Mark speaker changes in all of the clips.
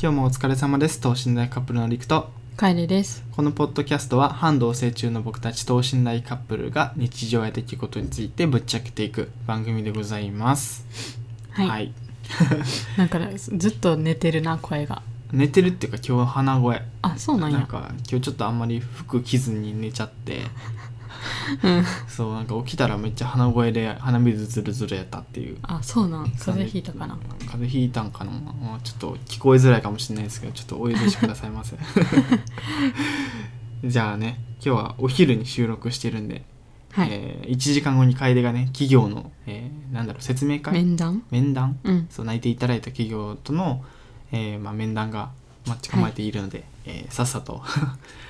Speaker 1: 今日もお疲れ様です等身大カップルのりくと
Speaker 2: カエレです。
Speaker 1: このポッドキャストは半同棲中の僕たち等身大カップルが日常や出来事についてぶっちゃけていく番組でございます
Speaker 2: はい。なんかねずっと寝てるな声が。
Speaker 1: 寝てるっていうか今日は鼻声
Speaker 2: あそうなんや。
Speaker 1: なんか今日ちょっとあんまり服着ずに寝ちゃって
Speaker 2: うん。
Speaker 1: そうなんか起きたらめっちゃ鼻声で鼻水ずるずるやったっていう
Speaker 2: あそうなん。風邪ひいたかな。
Speaker 1: 風邪ひいたんかな、まあちょっと聞こえづらいかもしれないですけどちょっとお許しくださいませ じゃあね今日はお昼に収録してるんで、
Speaker 2: はい。
Speaker 1: え1時間後に楓がね企業の、えーなんだろう説明会
Speaker 2: 面談？
Speaker 1: 面談
Speaker 2: うん。
Speaker 1: そう内定いただいた企業との、えーまあ、面談が待ち構えているので、えーさっさと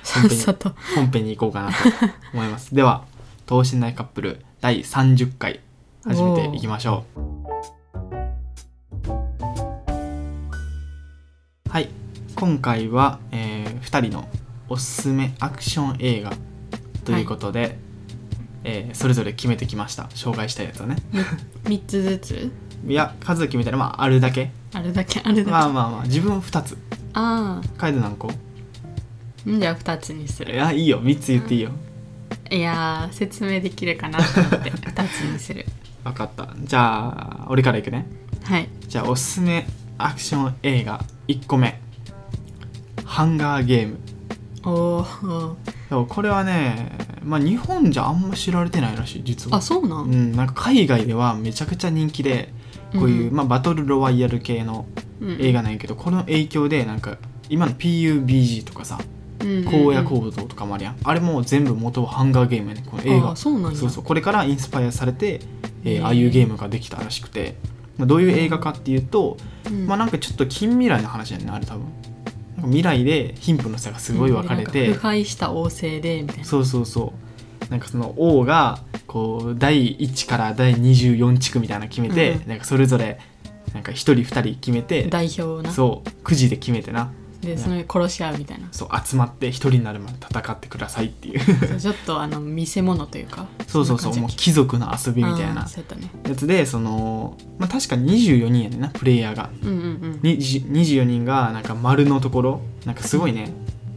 Speaker 2: さっさと。
Speaker 1: 本編に行こうかなと思います では等身大カップル第30回始めていきましょうはい今回は、え2人のおすすめアクション映画ということで、えーそれぞれ決めてきました紹介したいやつをね
Speaker 2: 三つずつ。
Speaker 1: いや数決めたらまああるだけ
Speaker 2: あれだけあれだけ。
Speaker 1: まあ
Speaker 2: あ
Speaker 1: まあまあ自分2つ
Speaker 2: あ
Speaker 1: カイド何個
Speaker 2: ー。んじゃあ二つにす
Speaker 1: い
Speaker 2: る。
Speaker 1: やいいよ3つ言っていいよ
Speaker 2: いやー説明できるかなと思 って二つにする。
Speaker 1: 分かったじゃあ俺からいくね
Speaker 2: はい。
Speaker 1: じゃあおすすめアクション映画1個目「ハンガーゲーム
Speaker 2: おーおー。」
Speaker 1: そうこれはね、まあ、日本じゃあんま知られてないらしい実は
Speaker 2: あそうな。
Speaker 1: うんん、なんか海外ではめちゃくちゃ人気でこういう、
Speaker 2: うん
Speaker 1: まあ、バトルロワイヤル系の
Speaker 2: うん
Speaker 1: 映画なんやけど、この影響でなんか今の PUBG とかさ
Speaker 2: うん
Speaker 1: 荒野行動とかもあるやん、あれも全部元はハンガーゲームやねこの映
Speaker 2: あ
Speaker 1: 画
Speaker 2: ーそうなんや。
Speaker 1: そうそうこれからインスパイアされて、えー
Speaker 2: へー
Speaker 1: ああいうゲームができたらしくて、まあ、どういう映画かっていうと、
Speaker 2: うん。
Speaker 1: まあなんかちょっと近未来の話やねあれ多分なんか未来で貧富の差がすごい分かれて、
Speaker 2: なん腐敗した王政でみたいな。
Speaker 1: そうそうそうなんかその王がこう第1から第24地区みたいなの決めて、
Speaker 2: うんう
Speaker 1: なんかそれぞれなんか1人2人決めて
Speaker 2: 代表をな。
Speaker 1: そうくじで決めてな
Speaker 2: でその殺し合うみたいな。
Speaker 1: そう集まって1人になるまで戦ってくださいっていう
Speaker 2: ちょっとあの見せ物というか
Speaker 1: そうそうそうもう貴族の遊びみたいな
Speaker 2: あーそうやったね
Speaker 1: やつでその、まあ、確か24人やねんなプレイヤーが
Speaker 2: うんうんうん
Speaker 1: にじ24人がなんか丸のところなんかすごいね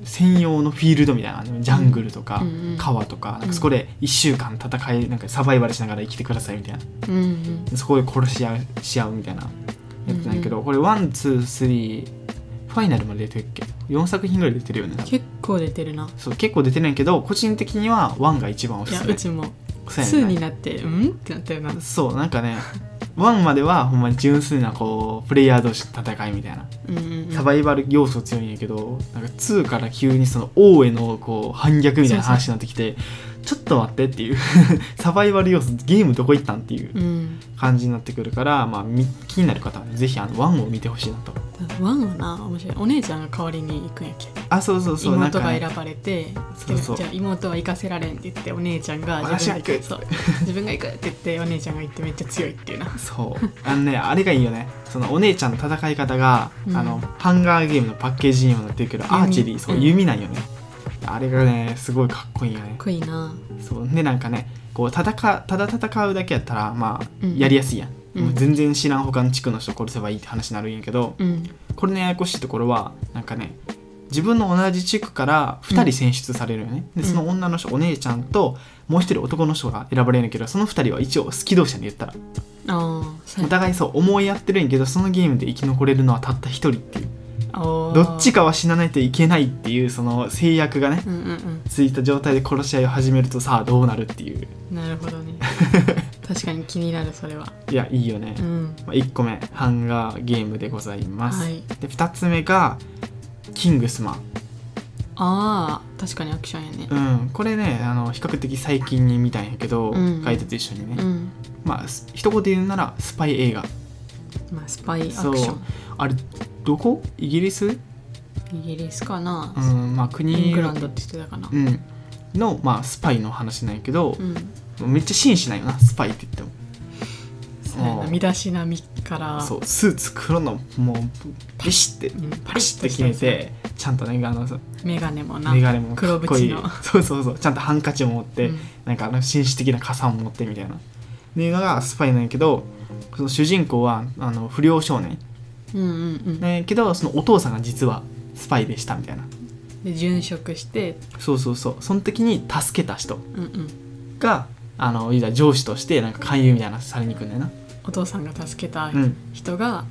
Speaker 1: 専用のフィールドみたいなのジャングルとか
Speaker 2: うんうん
Speaker 1: 川とかなんかそこで1週間戦いなんかサバイバルしながら生きてくださいみたいな
Speaker 2: うんうん
Speaker 1: そこで殺し合うし合うみたいなやつなんやけどこれワンツースリーファイナルまで出てるっけ4作品ぐらい出てるよね多分
Speaker 2: 結構出てるな
Speaker 1: そう結構出てないけど個人的にはワンが一番お
Speaker 2: い
Speaker 1: す
Speaker 2: や
Speaker 1: す
Speaker 2: う
Speaker 1: め
Speaker 2: ちも
Speaker 1: そう
Speaker 2: 2
Speaker 1: やね
Speaker 2: になってうんってなったよなう
Speaker 1: そうなんかねワンまではほんまに純粋なこうプレイヤー同士の戦いみたいなん
Speaker 2: うん
Speaker 1: サバイバル要素強いんやけどなんか2から急にその王へのこう反逆みたいな話になってきてちょっと待ってっていう サバイバル要素ゲームどこ行ったんっていう
Speaker 2: うん
Speaker 1: 感じになってくるから、まあ、み気になる方はねぜひあの1を見てほしいなと
Speaker 2: ワンはな面白いお姉ちゃんが代わりに行くんやっけ
Speaker 1: あそうそうそうなん
Speaker 2: 妹
Speaker 1: か
Speaker 2: が
Speaker 1: ね、
Speaker 2: 選ばれて
Speaker 1: そうそう
Speaker 2: でじゃあ妹は行かせられんって言ってお姉ちゃんが
Speaker 1: 私は行く
Speaker 2: そう 自分が行くって言ってお姉ちゃんが行ってめっちゃ強いっていうな
Speaker 1: そうあのねあれがいいよねそのお姉ちゃんの戦い方が、
Speaker 2: うん
Speaker 1: あのハンガーゲームのパッケージにもなってるけどアーチェリー
Speaker 2: 弓
Speaker 1: そう
Speaker 2: うん
Speaker 1: 弓なんよね、あれがねすごいかっこいいよね
Speaker 2: かっこいいな
Speaker 1: そうでなんかねこう戦ただ戦うだけやったらまあ
Speaker 2: うん
Speaker 1: やりやすいやん、
Speaker 2: うん
Speaker 1: もう全然知らん他の地区の人殺せばいいって話になるんやけど、
Speaker 2: うん
Speaker 1: これのややこしいところはなんかね自分の同じ地区から2人選出されるよね、でその女の人お姉ちゃんともう1人男の人が選ばれるんやけどその2人は一応好き同士やね言ったら
Speaker 2: ああそう
Speaker 1: お
Speaker 2: や
Speaker 1: 互いそう思い合ってるんやけどそのゲームで生き残れるのはたった1人っていう
Speaker 2: あー
Speaker 1: どっちかは死なないといけないっていうその制約がね
Speaker 2: うんうん
Speaker 1: ついた状態で殺し合いを始めるとさあどうなるっていう
Speaker 2: うんなるほど ね確かに気になるそれはい
Speaker 1: やいいよね、
Speaker 2: うん
Speaker 1: まあ、1個目ハンガーゲームでございます、
Speaker 2: はい
Speaker 1: で2つ目がキングスマン、
Speaker 2: ああ確かにアクションやね
Speaker 1: うん、これねあの比較的最近に見たんやけど、
Speaker 2: うん
Speaker 1: ガイドと一緒にね、
Speaker 2: うん
Speaker 1: まあす一言で言うならスパイ映画
Speaker 2: まあスパイアクシ
Speaker 1: そう
Speaker 2: ョン
Speaker 1: あれどこイギリス、
Speaker 2: イギリスかな
Speaker 1: う、んまあ、
Speaker 2: イ
Speaker 1: 国
Speaker 2: ングランドって言ってたかな
Speaker 1: うん、の、まあ、スパイの話なんやけど
Speaker 2: う、ん、
Speaker 1: めっちゃ紳士なんよなスパイって言っても
Speaker 2: そうや
Speaker 1: あ
Speaker 2: な
Speaker 1: ー
Speaker 2: 身だしなみから
Speaker 1: そうスーツ黒のもうビシッて
Speaker 2: うん
Speaker 1: パシッて決めてちゃんとねあの
Speaker 2: メガネもな
Speaker 1: メガネもか
Speaker 2: 黒
Speaker 1: っこい
Speaker 2: 縁
Speaker 1: い
Speaker 2: の
Speaker 1: そうそうそうちゃんとハンカチを持って、
Speaker 2: うん
Speaker 1: なんかあの紳士的な傘を持ってみたいなっていうのがスパイなんやけどその主人公はあの不良少年
Speaker 2: うんうん
Speaker 1: ねけどそのお父さんが実はスパイでしたみたいな
Speaker 2: うんで殉職して
Speaker 1: そうそうそうその時に助けた人
Speaker 2: うんうん
Speaker 1: があの言うたら上司としてなんか勧誘みたいなのされに行くんだよな
Speaker 2: お父さんが助けた
Speaker 1: うん
Speaker 2: 人が、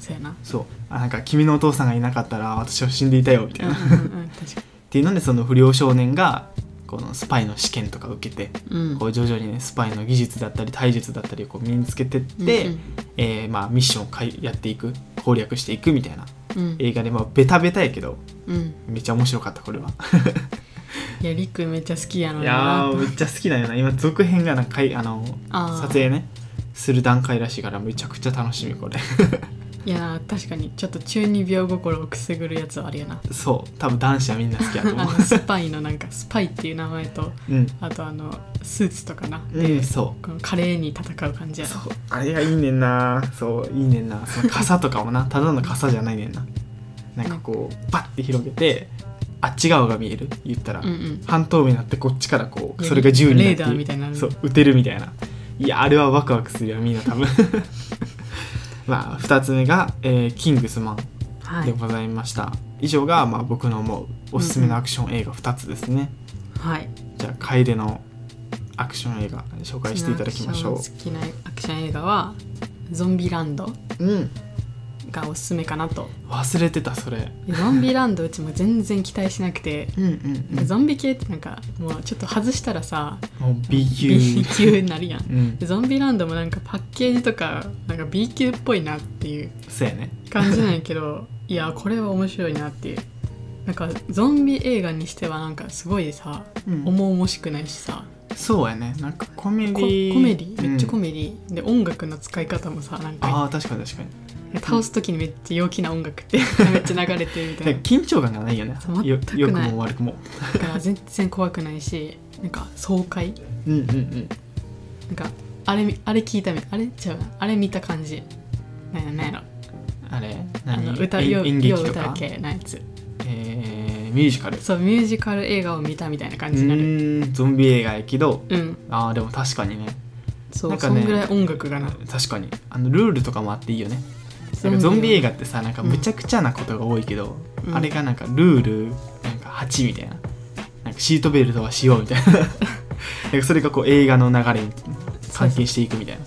Speaker 2: そうやな
Speaker 1: そうあなんか君のお父さんがいなかったら私は死んでいたよみたいな、っ
Speaker 2: うんうんうんうん確か
Speaker 1: ていうのでその不良少年がこのスパイの試験とか受けて
Speaker 2: にうん
Speaker 1: こう徐々にねスパイの技術だったり体術だったりをこう身につけてって、
Speaker 2: うん
Speaker 1: えーまあ、ミッションをかいやっていく攻略していくみたいな
Speaker 2: うん
Speaker 1: 映画で、まあ、ベタベタやけど
Speaker 2: うん
Speaker 1: めっちゃ面白かったこれは
Speaker 2: いやりくめっちゃ好きやの
Speaker 1: い
Speaker 2: に
Speaker 1: や
Speaker 2: な
Speaker 1: ーめっちゃ好きだよな今続編がなんかかいあの
Speaker 2: あー
Speaker 1: 撮影ねする段階らしいからめちゃくちゃ楽しみこれ
Speaker 2: いやー確かにちょっと中二病心をくすぐるやつはあるやな
Speaker 1: そう多分男子はみんな好きやと
Speaker 2: あ
Speaker 1: 思う
Speaker 2: のスパイのなんかスパイっていう名前と
Speaker 1: うん、
Speaker 2: あとあのスーツとかな
Speaker 1: うん、そう
Speaker 2: この華麗に戦う感じやな
Speaker 1: そうあれがいいねんなそういいねんなその傘とかもなただの傘じゃないねんななんかこうバッて広げてあっち側が見える言ったら、
Speaker 2: うんうん
Speaker 1: 半透明になってこっちからこう
Speaker 2: いや
Speaker 1: それが銃になって
Speaker 2: レーダーみたいになる
Speaker 1: そう撃てるみたいないやあれはワクワクするよ みんな多分 まあ2つ目が、えーキングスマン」
Speaker 2: は
Speaker 1: で
Speaker 2: い
Speaker 1: ございました、以上が、まあ、僕の思うおすすめのアクション映画2つですね、
Speaker 2: はい
Speaker 1: じゃあ楓のアクション映画紹介していただきましょ
Speaker 2: 好きなアクション映画は「ゾンビランド
Speaker 1: ううん」
Speaker 2: がおすすめかなと
Speaker 1: 忘れてたそれ
Speaker 2: でゾンビランドうちも全然期待しなくて
Speaker 1: うんうんうん
Speaker 2: ゾンビ系ってなんかもうちょっと外したらさ
Speaker 1: もう B 級
Speaker 2: B 級になるやん
Speaker 1: うん
Speaker 2: でゾンビランドもなんかパッケージとかなんか B 級っぽいなっていう
Speaker 1: そうやね
Speaker 2: 感じなんやけど いやこれは面白いなっていうなんかゾンビ映画にしてはなんかすごいさ重々しくないしさ
Speaker 1: そうやねなんかコメデ
Speaker 2: ココ
Speaker 1: ィ
Speaker 2: メディめっちゃコ
Speaker 1: メ
Speaker 2: メディ、で音楽の使い方もさなんか
Speaker 1: ああ確かに確かに
Speaker 2: 倒す時にめっちゃ陽気な音楽って めっちゃ流れてるみた
Speaker 1: ないん
Speaker 2: な
Speaker 1: か緊張感がないよね
Speaker 2: そう全く
Speaker 1: よ
Speaker 2: ない
Speaker 1: 良くも悪くも
Speaker 2: だから全然怖くないしなんか爽快
Speaker 1: うんうんうん
Speaker 2: なんかあれあれ聞いたみあれちゃうなあれ見た感じなんやなんやろ
Speaker 1: あれ
Speaker 2: あ
Speaker 1: 何
Speaker 2: の歌
Speaker 1: 演
Speaker 2: よ
Speaker 1: 演
Speaker 2: よ
Speaker 1: 劇
Speaker 2: う
Speaker 1: と
Speaker 2: 歌う
Speaker 1: か
Speaker 2: 系なやつ
Speaker 1: えーミュージカルう
Speaker 2: そうミュージカル映画を見たみたいな感じになる
Speaker 1: ーんゾンビ映画やけど
Speaker 2: うん
Speaker 1: ああでも確かにね
Speaker 2: そう、
Speaker 1: なんか
Speaker 2: そ
Speaker 1: ね
Speaker 2: んぐらい音楽がな
Speaker 1: 確かにあのルールとかもあっていいよねなんかゾンビ映
Speaker 2: 画
Speaker 1: 画ってさなんかむちゃくちゃなことが多いけど、
Speaker 2: うん
Speaker 1: あれがなんかルールなんか8みたいななんかシートベルトはしようみたいな なんかそれがこう映画の流れに関係していくみたいな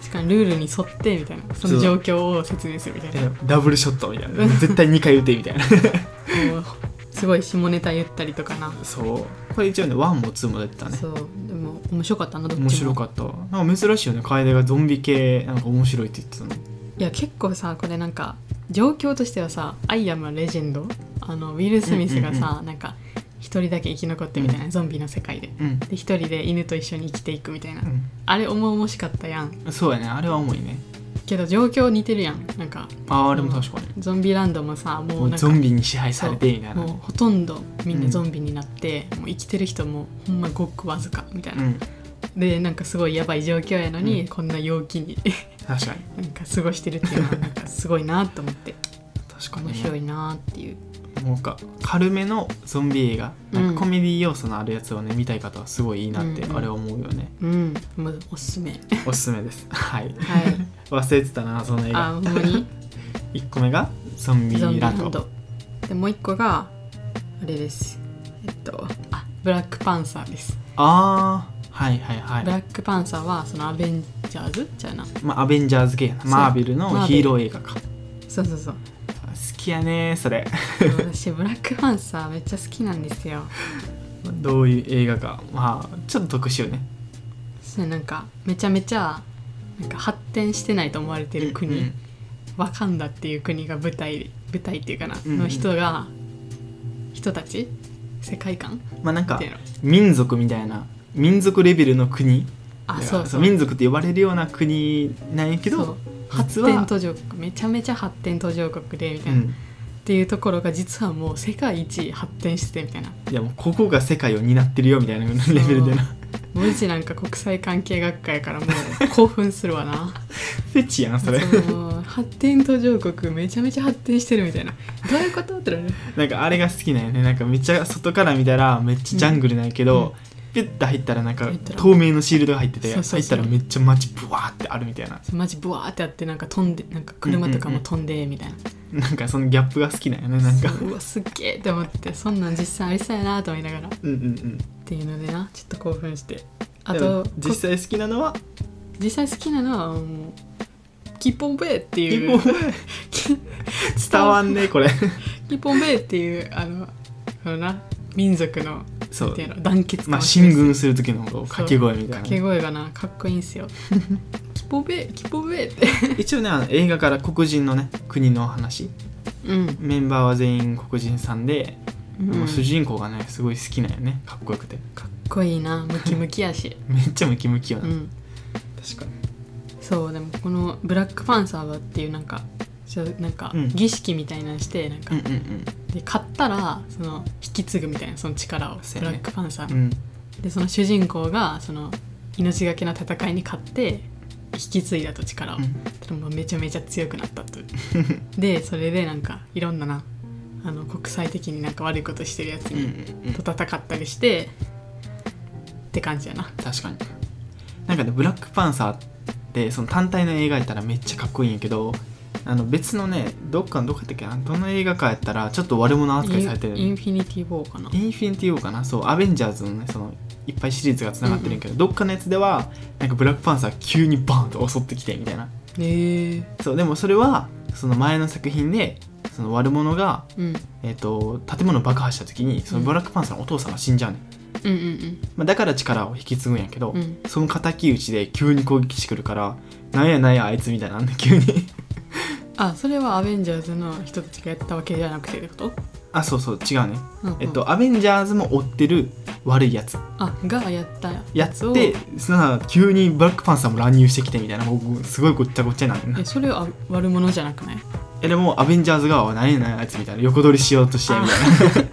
Speaker 2: しかもルールに沿ってみたいなその状況を説明するみたいな
Speaker 1: でダブルショットみたいな絶対2回打てみた いな
Speaker 2: もうすごい下ネタ言ったりとかな、
Speaker 1: そうこれ一応ね1も2も出てたね
Speaker 2: そうでも面白かったなどっちも
Speaker 1: 面白かったなんか珍しいよね楓がゾンビ系なんか面白いって言ってたの
Speaker 2: いや結構さこれなんか状況としてはさ「アイアムレジェンド」あのウィル・スミスがさ、なんか一人だけ生き残ってみたいな、ゾンビの世界で
Speaker 1: うん、
Speaker 2: で一人で犬と一緒に生きていくみたいな、あれ重々しかったやん
Speaker 1: うん、そうやねあれは重いね
Speaker 2: けど状況似てるやんなんか
Speaker 1: ああでも確かに、
Speaker 2: ゾンビランドもさも
Speaker 1: も
Speaker 2: う
Speaker 1: う
Speaker 2: なん
Speaker 1: ゾ
Speaker 2: か
Speaker 1: ンビに支配されてみたいな
Speaker 2: もうほとんどみんなゾンビになって、もう生きてる人もほんまごくわずかみたいうな、
Speaker 1: ん
Speaker 2: でなんかすごいやばい状況やのに、こんな陽気に
Speaker 1: 確かに
Speaker 2: なんか過ごしてるっていう のはなんかすごいなと思って
Speaker 1: 確かに、ね、
Speaker 2: 面白いなっていう
Speaker 1: もうなんか軽めのゾンビ映画
Speaker 2: うん
Speaker 1: なんかコメディ要素のあるやつをね見たい方はすごいいいなって
Speaker 2: うんうん
Speaker 1: あれは思うよ ね、
Speaker 2: うんもうおすすめはい
Speaker 1: おすすめですはい忘れてたなその映
Speaker 2: あ
Speaker 1: 画
Speaker 2: ほんま に
Speaker 1: 1個目がゾンビ
Speaker 2: ゾンビ
Speaker 1: ラ
Speaker 2: ラ
Speaker 1: ンド
Speaker 2: ンドでもう一個があれですえっとあブラックパンサーです、
Speaker 1: ああはいはいは
Speaker 2: ブ
Speaker 1: い
Speaker 2: ラックパンサーはそのアベンジャーズじゃうな
Speaker 1: まあアベンジャーズ系やな
Speaker 2: そう
Speaker 1: マーベル
Speaker 2: マ
Speaker 1: の
Speaker 2: ーベル
Speaker 1: ヒーロー映画か好
Speaker 2: そうそうそう
Speaker 1: きやねそれ
Speaker 2: 私ブラックパンサーめっちゃ好きなんですよ
Speaker 1: どういう映画かまあちょっと特殊よね
Speaker 2: そうなんかめちゃめちゃなんか発展してないと思われてる国、
Speaker 1: うん
Speaker 2: ワカンダっていう国が舞台舞台っていうかな、
Speaker 1: うんうん
Speaker 2: の人が人たち世界観
Speaker 1: まあなん
Speaker 2: っ
Speaker 1: か
Speaker 2: ていうの
Speaker 1: 民族みたいな民族レベルの国
Speaker 2: あ
Speaker 1: だ
Speaker 2: そ
Speaker 1: か
Speaker 2: う
Speaker 1: ら
Speaker 2: そう
Speaker 1: 民族って呼ばれるような国なんやけ
Speaker 2: そ
Speaker 1: ど
Speaker 2: う
Speaker 1: 実
Speaker 2: 発
Speaker 1: は
Speaker 2: 展途上国めちゃめちゃ発展途上国でみた
Speaker 1: う
Speaker 2: いな、っ
Speaker 1: ん
Speaker 2: ていうところが実はもう世界一発展しててみたいない
Speaker 1: やもうここが世界を担ってるよみたいなレベルでな
Speaker 2: もううちなんか国際関係学会やからもう興奮するわな
Speaker 1: フェチやんそれ
Speaker 2: の発展途上国めちゃめちゃ発展してるみたいなどういうことってなる
Speaker 1: なんかあれが好きなんよねなんかめっちゃ外から見たらめっちゃジャングルなんやけど、ピュッて入ったらなんか
Speaker 2: 入ったら
Speaker 1: 透明のシールドが入ってて
Speaker 2: そうそうそう
Speaker 1: 入ったらめっちゃ街ブワーってあるみたいな
Speaker 2: マジブワーってあってなんか飛んでなんか車とかも飛んでみたいな,、
Speaker 1: なんかそのギャップが好きなんよねなんか
Speaker 2: そううわすっげえって思ってそんなん実際ありそうやなと思いながらっ
Speaker 1: うんうんうん
Speaker 2: ていうのでなちょっと興奮してあ
Speaker 1: でも
Speaker 2: と
Speaker 1: 実際好きなのは
Speaker 2: 実際好きなのはもう「キッポンベイ」って
Speaker 1: 日
Speaker 2: い
Speaker 1: 本
Speaker 2: う
Speaker 1: 語
Speaker 2: 「
Speaker 1: 伝わんね これ
Speaker 2: キッポンベイ」っていうあのこのな民族の
Speaker 1: そ
Speaker 2: な
Speaker 1: うん
Speaker 2: ていうの団結
Speaker 1: まあ
Speaker 2: 感を示
Speaker 1: 進
Speaker 2: す
Speaker 1: 軍する時のこう掛け声みたい
Speaker 2: 掛
Speaker 1: な
Speaker 2: け
Speaker 1: ね
Speaker 2: 声がなかっこいいんすよ キッポンベイキッポンベイって
Speaker 1: 一応ねあの映画から黒人のね国の話
Speaker 2: うん、
Speaker 1: メンバーは全員黒人さんで、
Speaker 2: う、
Speaker 1: もうん主人公がねすごい好きなんよねかっこよくて
Speaker 2: かっこいいなムキムキやし
Speaker 1: めっちゃムキムキよ
Speaker 2: う
Speaker 1: な、
Speaker 2: ん
Speaker 1: 確かに
Speaker 2: そうでもこのブラックパンサーはっていうなんかちょなんか
Speaker 1: うん
Speaker 2: 儀式みたいなのしてなんか、
Speaker 1: うんうん
Speaker 2: で買ったらその引き継ぐみたいなその力を
Speaker 1: そう
Speaker 2: ブ
Speaker 1: や
Speaker 2: ラ
Speaker 1: ね
Speaker 2: ックパンサー
Speaker 1: う
Speaker 2: の、
Speaker 1: んうん
Speaker 2: でその主人公がその命がけの戦いに勝って引き継いだと力を、ただもうめちゃめちゃ強くなっ たとでそれでなんかいろんななあの国際的になんか悪いことしてるやつ
Speaker 1: うんうん
Speaker 2: に、
Speaker 1: うん
Speaker 2: と戦ったりしてって感じやな
Speaker 1: 確かになんかねブラックパンサーってその単体の映画やったらめっちゃかっこいいんやけどあの別のねどっかのどこやったっけなどの映画かやったらちょっと悪者扱いされてる
Speaker 2: インインフィニティ・ウォーかな
Speaker 1: インフィニティ・ウォーかなそうアベンジャーズのねそのいっぱいシリーズがつながってるんやけど、どっかのやつではなんかブラックパンサー急にバーンと襲ってきてみたいな
Speaker 2: へえ
Speaker 1: そうでもそれはその前の作品でその悪者が、
Speaker 2: うん、うん
Speaker 1: えっと建物を爆破した時にそのブラックパンサーのお父さんが死んじゃうね、ん
Speaker 2: うんうん
Speaker 1: まあ、だから力を引き継ぐんやけど、
Speaker 2: うん
Speaker 1: その敵討ちで急に攻撃してくるからなんやなんやあいつみたいなんで急に
Speaker 2: あそれはアベンジャーズの人たちがやったわけじゃなくてってこと、
Speaker 1: あそうそう違うね
Speaker 2: うんうん
Speaker 1: えっと、アベンジャーズも追ってる悪いやつ
Speaker 2: あがやった
Speaker 1: や
Speaker 2: つを
Speaker 1: ってそんな急にブラックパンサーも乱入してきてみたいなもうすごいごっちゃごっちゃになんねん
Speaker 2: えそれは悪者じゃなくない
Speaker 1: えでもアベンジャーズ側はなんやなんやあいつみたいな横取りしようとしてみたい な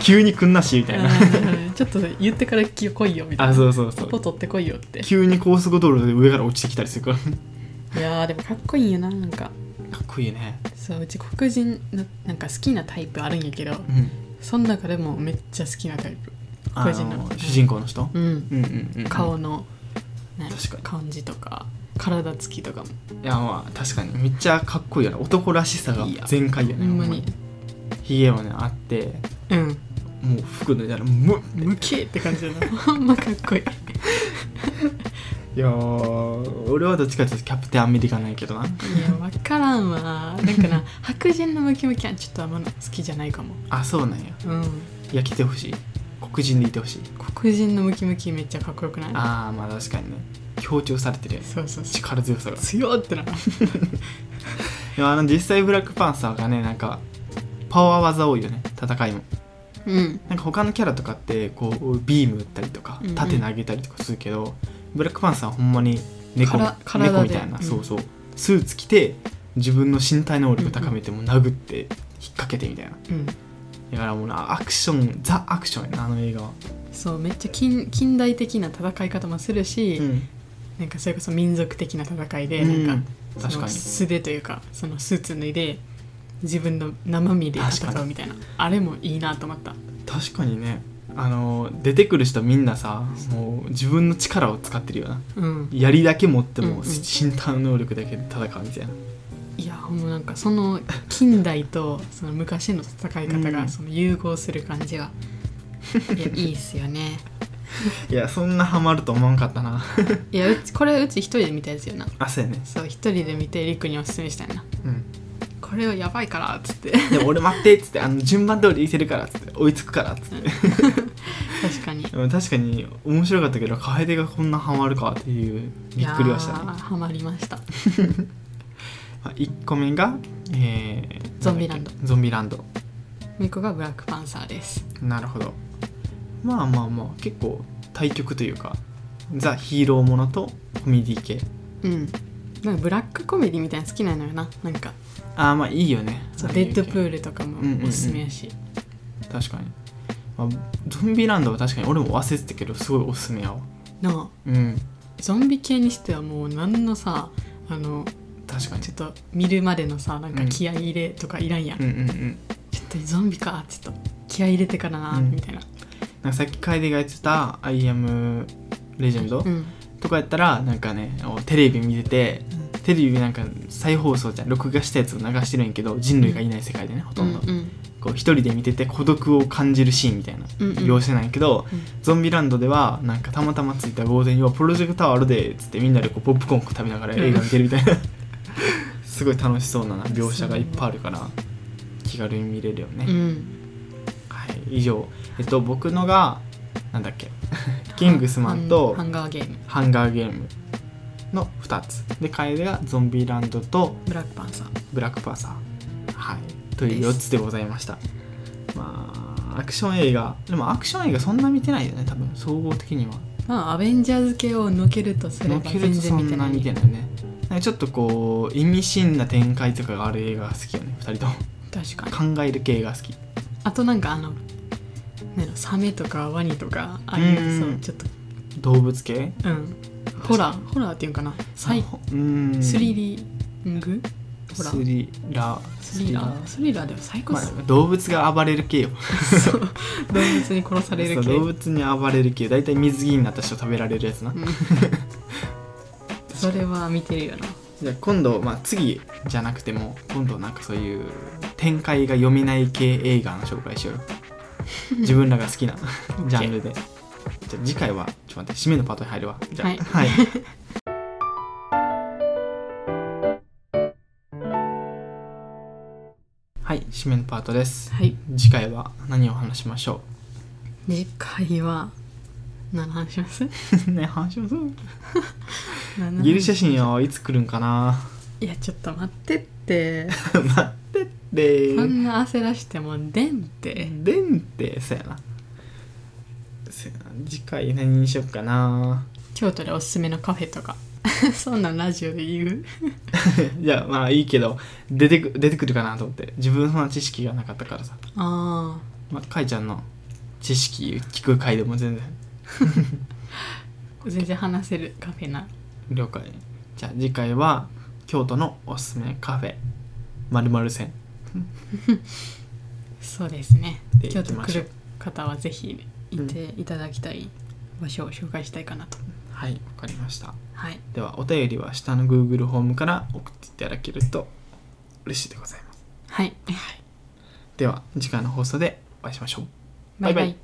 Speaker 1: 急に来んなしみたいな
Speaker 2: うんちょっと言ってから来いよみたいな
Speaker 1: あそうそうそ
Speaker 2: サ
Speaker 1: う
Speaker 2: ポ取ってこいよって
Speaker 1: 急に高速道路で上から落ちてきたりする からね
Speaker 2: いやーでもかっこいいよななんか
Speaker 1: かっこいいね
Speaker 2: そううち黒人のなんか好きなタイプあるんやけど
Speaker 1: うん
Speaker 2: その中でもめっちゃ好きなタイプ
Speaker 1: あの
Speaker 2: 個人の
Speaker 1: 主人公の人、
Speaker 2: うん
Speaker 1: うんうんうんうん
Speaker 2: 顔の、ね
Speaker 1: 確かに
Speaker 2: 感じとか体つきとかも
Speaker 1: いやまあ確かにめっちゃかっこいいよね男らしさが
Speaker 2: いや
Speaker 1: 全開よ
Speaker 2: ほ
Speaker 1: ね
Speaker 2: んまに
Speaker 1: ひげもねあって
Speaker 2: うん
Speaker 1: もう服脱いだらむ
Speaker 2: ムキって感じだなほんまかっこいい
Speaker 1: いやー俺はどっちかというとキャプテンアメリカなんやけどない
Speaker 2: や分からんわなんかな白人のムキムキはちょっとあんま好きじゃないかも
Speaker 1: あそうなんや
Speaker 2: うん
Speaker 1: いや来てほしい黒人でいてほしい
Speaker 2: 黒人のムキムキめっちゃかっこよくない
Speaker 1: ああまあ確かにね強調されてるよね
Speaker 2: そうそうそう
Speaker 1: 力強さが
Speaker 2: 強ってな
Speaker 1: いやあの実際ブラックパンサーがねなんかパワー技多いよね戦いも
Speaker 2: うん
Speaker 1: なんか他のキャラとかってこうビーム打ったりとか
Speaker 2: うんうん
Speaker 1: 盾投げたりとかするけど、ブラックパンサーはほんまに猫
Speaker 2: から体で
Speaker 1: 猫みたいな、
Speaker 2: うん
Speaker 1: そうそうスーツ着て自分の身体能力高めてもう殴って引っ掛けてみたいな、
Speaker 2: うん
Speaker 1: だからもうなアクションザアクションやなあの映画は、
Speaker 2: そうめっちゃ近近代的な戦い方もするし、
Speaker 1: ん、
Speaker 2: なんかそれこそ民族的な戦いでなんか、
Speaker 1: うん
Speaker 2: そ
Speaker 1: 確
Speaker 2: の
Speaker 1: かに
Speaker 2: 素手というかそのスーツ脱いで自分の生身で戦
Speaker 1: 確か
Speaker 2: う
Speaker 1: に
Speaker 2: みたいなあれもいいなと思った
Speaker 1: 確かにねあの出てくる人みんなさもう自分の力を使ってるよな
Speaker 2: うん
Speaker 1: 槍だけ持っても
Speaker 2: うんうん
Speaker 1: 身体能力だけで戦うみたいな、
Speaker 2: いやもうなんかその近代とその昔の戦い方
Speaker 1: う
Speaker 2: が
Speaker 1: ん
Speaker 2: その融合する感 じが、いやいいっすよね
Speaker 1: いやそんなハマると思わんかったない
Speaker 2: やうちこれうち一人で見たやつよな
Speaker 1: あそうやね
Speaker 2: そう一人で見てりくにおすすめしたいな
Speaker 1: うん
Speaker 2: これはやばいからっつって
Speaker 1: でも俺待ってっつってあの順番通り行けるからっつって追いつくからっつって
Speaker 2: 確かに
Speaker 1: でも確かに面白かったけど楓がこんなハマるかっていうびっくりはしたね
Speaker 2: いやーハマりました
Speaker 1: まあ、1個目が、えー
Speaker 2: ゾンビラン
Speaker 1: な
Speaker 2: ド
Speaker 1: んだっけゾンビランド
Speaker 2: みこがブラックパンサーです
Speaker 1: なるほどまあまあまあ結構対局というかザ・ヒーローものとコメディ系
Speaker 2: うんなんかブラックコメディみたいなの好きなのよななんか
Speaker 1: ああまあいいよね
Speaker 2: そう
Speaker 1: ああい
Speaker 2: デ
Speaker 1: う系
Speaker 2: ッドプールとか
Speaker 1: うんうんう
Speaker 2: も
Speaker 1: ん
Speaker 2: おすすめやし、
Speaker 1: 確かに、まあ、ゾンビランドは確かに俺も忘れてたけどすごいおすすめやわ
Speaker 2: な
Speaker 1: うん
Speaker 2: あゾンビ系にしてはもう何のさあの
Speaker 1: 確かに
Speaker 2: ちょっと見るまでのさなん
Speaker 1: う
Speaker 2: か
Speaker 1: ん
Speaker 2: 気合い入れとかいらんやん、
Speaker 1: うんうんうん
Speaker 2: ちょっとゾンビかちょっと気合い入れてからな、
Speaker 1: うん
Speaker 2: みたいな
Speaker 1: なんかさっき楓が言ってた「I am レジェンド」
Speaker 2: うん
Speaker 1: とかやったらなんかねテレビ見ててテレビなんか再放送じゃん録画したやつを流してるんやけど人類がいない世界でねほとんど、
Speaker 2: うんうん
Speaker 1: こう一人で見てて孤独を感じるシーンみたいな
Speaker 2: うんうん
Speaker 1: 描写なんやけど、
Speaker 2: うん
Speaker 1: ゾンビランドではなんかたまたまついた偶然にはプロジェクターあるでっつってみんなでこうポップコーン食べながら映画見てるみたいな、 すごい楽しそうな描写がいっぱいあるから気軽に見れるよね、
Speaker 2: うん
Speaker 1: はい以上えっと僕のがなんだっけ キングスマンと
Speaker 2: ハンガーゲーム
Speaker 1: ハンガーゲームの2つで楓がゾンビランドと
Speaker 2: ブラックパンサー
Speaker 1: ブラックパンサー、はい、という4つでございましたまあアクション映画でもアクション映画そんな見てないよね多分総合的には
Speaker 2: まあアベンジャーズ系を抜けるとすれば
Speaker 1: のける
Speaker 2: 全
Speaker 1: と
Speaker 2: 然
Speaker 1: そ
Speaker 2: 見て
Speaker 1: んな
Speaker 2: ない
Speaker 1: 見てないよねなんかちょっとこう意味深な展開とかがある映画が好きよね2人とも
Speaker 2: 確かに
Speaker 1: 考える系が好き
Speaker 2: あとなんかあのなんやろサメとかワニとかああいう
Speaker 1: う
Speaker 2: そ
Speaker 1: ん
Speaker 2: うちょっと
Speaker 1: 動物系
Speaker 2: うんホラーホラーっていうかなサイ
Speaker 1: ほうん
Speaker 2: スリリングホラ
Speaker 1: ス
Speaker 2: ー
Speaker 1: リラー
Speaker 2: スリラースリラーでも最高
Speaker 1: ま
Speaker 2: っす
Speaker 1: あ、動物が暴れる系よ
Speaker 2: そう動物に殺される
Speaker 1: そう
Speaker 2: 系
Speaker 1: 動物に暴れる系大体水着になった人食べられるやつな、
Speaker 2: うん それは見てるよな
Speaker 1: じゃあ今度、まあ、次じゃなくても今度なんかそういう展開が読めない系映画の紹介 しようよ自分らが好きなジャンルでじゃあ次回はちょっと待って締めのパートに入るわじゃあ
Speaker 2: はい
Speaker 1: はい、はい、締めのパートです
Speaker 2: はい
Speaker 1: 次回は何を話しましょ
Speaker 2: 次回は何の話します
Speaker 1: うね話しましょう
Speaker 2: 何の話
Speaker 1: ギリシャ神話はいつ来るんかない
Speaker 2: やちょっと待ってって
Speaker 1: 待ってって
Speaker 2: そんな焦らしてもでんって
Speaker 1: でんってそうやなそうやな次回何にしよっかな
Speaker 2: 京都でおすすめのカフェとか そんなんラジオで言う
Speaker 1: じゃあまあいいけど出てく出てくるかなと思って自分そんな知識がなかったからさ、
Speaker 2: あ
Speaker 1: まあ、かいちゃんの知識聞く回でも全然
Speaker 2: あ全然話せるカフェな
Speaker 1: 了解じゃあ次回は京都のおすすめカフェまるまる線
Speaker 2: そうですね
Speaker 1: で
Speaker 2: 京都
Speaker 1: 行きまし
Speaker 2: 来
Speaker 1: ょう
Speaker 2: る方はぜひ行っていただきたい場所を紹介したいかなと、
Speaker 1: はいわかりました
Speaker 2: はい
Speaker 1: ではお便りは下の Google ホームから送っていただけると嬉しいでございます
Speaker 2: はい
Speaker 1: では次回の放送でお会いしましょう
Speaker 2: バイバ
Speaker 1: バイバ
Speaker 2: イ
Speaker 1: イ